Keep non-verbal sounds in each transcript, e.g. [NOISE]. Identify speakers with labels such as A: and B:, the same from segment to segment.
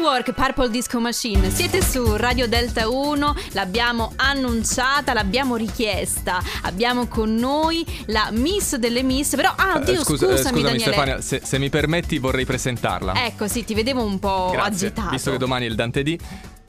A: York, Purple Disco Machine. Siete su Radio Delta 1, l'abbiamo annunciata, l'abbiamo richiesta. Abbiamo con noi la Miss delle Miss, però ah,
B: Eh,
A: oddio,
B: scusa- eh,
A: scusami,
B: scusami
A: Daniele.
B: Stefania, se, se mi permetti vorrei presentarla.
A: Ecco, sì, ti vedevo un po'
B: Grazie,
A: agitato.
B: Visto che domani è il Dante D.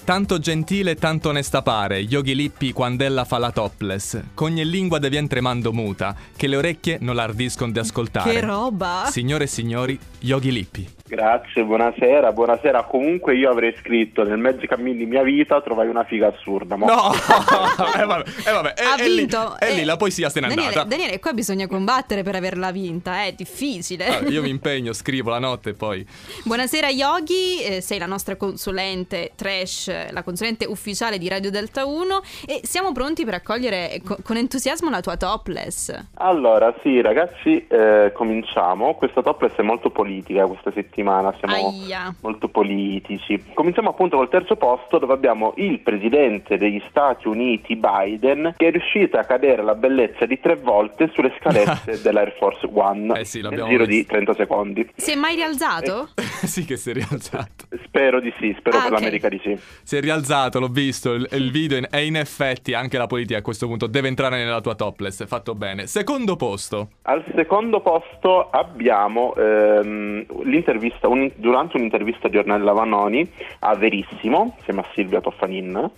B: Tanto gentile, tanto onesta pare, Yogi Lippi quandella fa la topless, cogne lingua devien tremando muta, che le orecchie non l'ardiscono di ascoltare.
A: Che roba!
B: Signore e signori, Yogi Lippi.
C: Grazie, buonasera, buonasera. Comunque io avrei scritto nel mezzo cammino di mia vita trovai una figa assurda. ma-
B: No! [LAUGHS] eh vabbè, eh vabbè, eh,
A: ha
B: eh, lì-
A: vinto.
B: eh,
A: Eh,
B: lì la poesia se n'è
A: Daniele,
B: andata.
A: Daniele, qua bisogna combattere per averla vinta, eh, è difficile.
B: Allora, io mi impegno, scrivo la notte e poi... [LAUGHS]
A: Buonasera Yogi, eh, sei la nostra consulente trash, eh, la consulente ufficiale di Radio Delta 1 e siamo pronti per accogliere eh, co- con entusiasmo la tua topless.
C: Allora, sì, ragazzi, eh, cominciamo. Questa topless è molto politica questa settimana, siamo
A: Aia.
C: molto politici. Cominciamo appunto col terzo posto dove abbiamo il presidente degli Stati Uniti, Biden, che è riuscito a cadere la bellezza di tre volte sulle
B: [LAUGHS]
C: scalette dell'Air Force One
B: Eh sì,
C: nel
B: l'abbiamo
C: giro di
B: visto.
C: 30 secondi.
A: Si è mai rialzato?
B: sì che si è rialzato.
C: Spero di sì, spero
A: Ah,
C: per
A: ok.
C: l'America di sì.
B: Si è rialzato, l'ho visto, il, il video in- e in effetti anche la politica a questo punto deve entrare nella tua topless, fatto bene. Secondo posto.
C: Al secondo posto abbiamo ehm, l'intervista, un- durante un'intervista di Ornella Vanoni a Verissimo, insieme a Silvia Toffanin,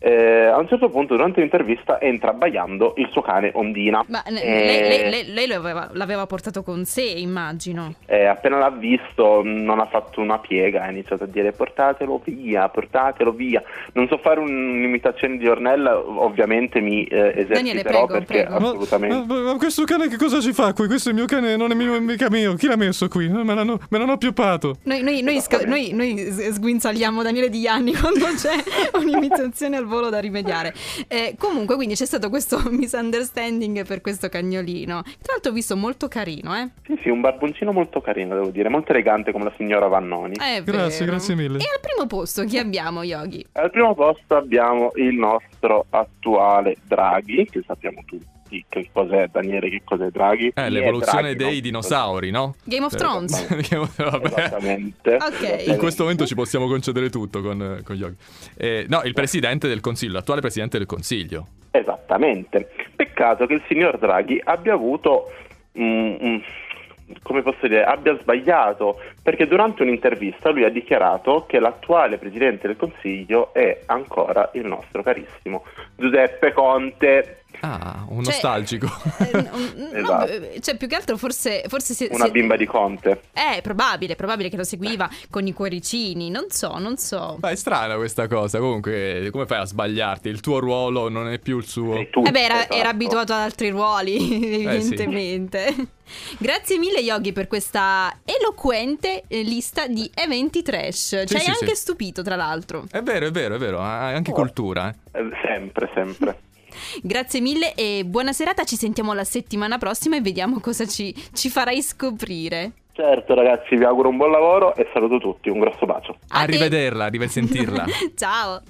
C: eh, a un certo punto durante l'intervista entra abbaiando il suo cane Ondina.
A: Ma ne-
C: Eh,
A: lei, lei- lei- lei lo aveva- l'aveva portato con sé, immagino.
C: eh, appena l'ha visto mh, non ha fatto una piega, ha iniziato a dire portatelo via, portatelo via. Non so fare un- un'imitazione di Ornella, ovviamente mi eh,
A: Daniele, prego,
C: eserciterò perché
A: prego.
C: assolutamente...
D: Ma, ma- ma questo cane che cosa ci fa qui? Questo è il mio cane, non è mio, mica mio. Chi l'ha messo qui? Eh, Me l'hanno, me l'hanno appioppato.
A: Noi, noi- noi sca- noi- noi s- sguinzagliamo Daniele Di Gianni [LAUGHS] quando c'è un'imitazione al volo da rimediare. Eh, comunque, quindi c'è stato questo [LAUGHS] misunderstanding per questo cagnolino. Tra l'altro, ho visto molto carino, eh.
C: Sì, sì, un barboncino molto carino, devo dire, molto elegante come la signora Vannoni.
A: È
D: Grazie,
A: vero.
D: grazie mille.
A: E al primo posto chi abbiamo, Yogi?
C: Al primo posto abbiamo il nostro attuale Draghi, che sappiamo tutti che cos'è Daniele, che cos'è Draghi.
B: Eh,
C: Chi è
B: l'evoluzione
C: Draghi,
B: dei
C: no?
B: dinosauri, no?
A: Game of
B: Eh,
A: Thrones.
B: [LAUGHS] Vabbè.
C: Esattamente.
A: [LAUGHS] Ok.
B: In questo momento ci possiamo concedere tutto con, eh, con Yogi. Eh, no, il presidente del consiglio, l'attuale presidente del consiglio.
C: Esattamente. Peccato che il signor Draghi abbia avuto, mm, mm, come posso dire, abbia sbagliato, perché durante un'intervista lui ha dichiarato che l'attuale Presidente del Consiglio è ancora il nostro carissimo Giuseppe Conte.
B: Ah, un
A: Cioè,
B: nostalgico.
A: eh, n- no,
C: Esatto.
A: eh, cioè, più che altro forse... forse si,
C: Una
A: si-
C: bimba di Conte.
A: Eh, probabile, probabile che lo seguiva con i cuoricini, non so, non so.
B: [LAUGHS] Ma è strana questa cosa, comunque, come fai a sbagliarti? Il tuo ruolo non è più il suo.
C: Sei tu,
A: eh beh, era,
C: esatto.
A: era abituato ad altri
B: Eh,
A: ruoli, evidentemente. [LAUGHS] Grazie mille, Yogi, per questa eloquente eh, lista di eventi trash. Ci hai
B: sì,
A: anche
B: sì.
A: stupito, tra l'altro.
B: È vero, è vero, è vero, ha anche
C: Oh.
B: cultura. eh.
C: Eh, Sempre, sempre.
A: Grazie mille e buona serata. Ci sentiamo la settimana prossima e vediamo cosa ci- ci farai scoprire.
C: Certo ragazzi, vi auguro un buon lavoro e saluto tutti, un grosso bacio.
A: A te. [LAUGHS]
B: [LAUGHS] Arrivederla, risentirla.
A: Ciao.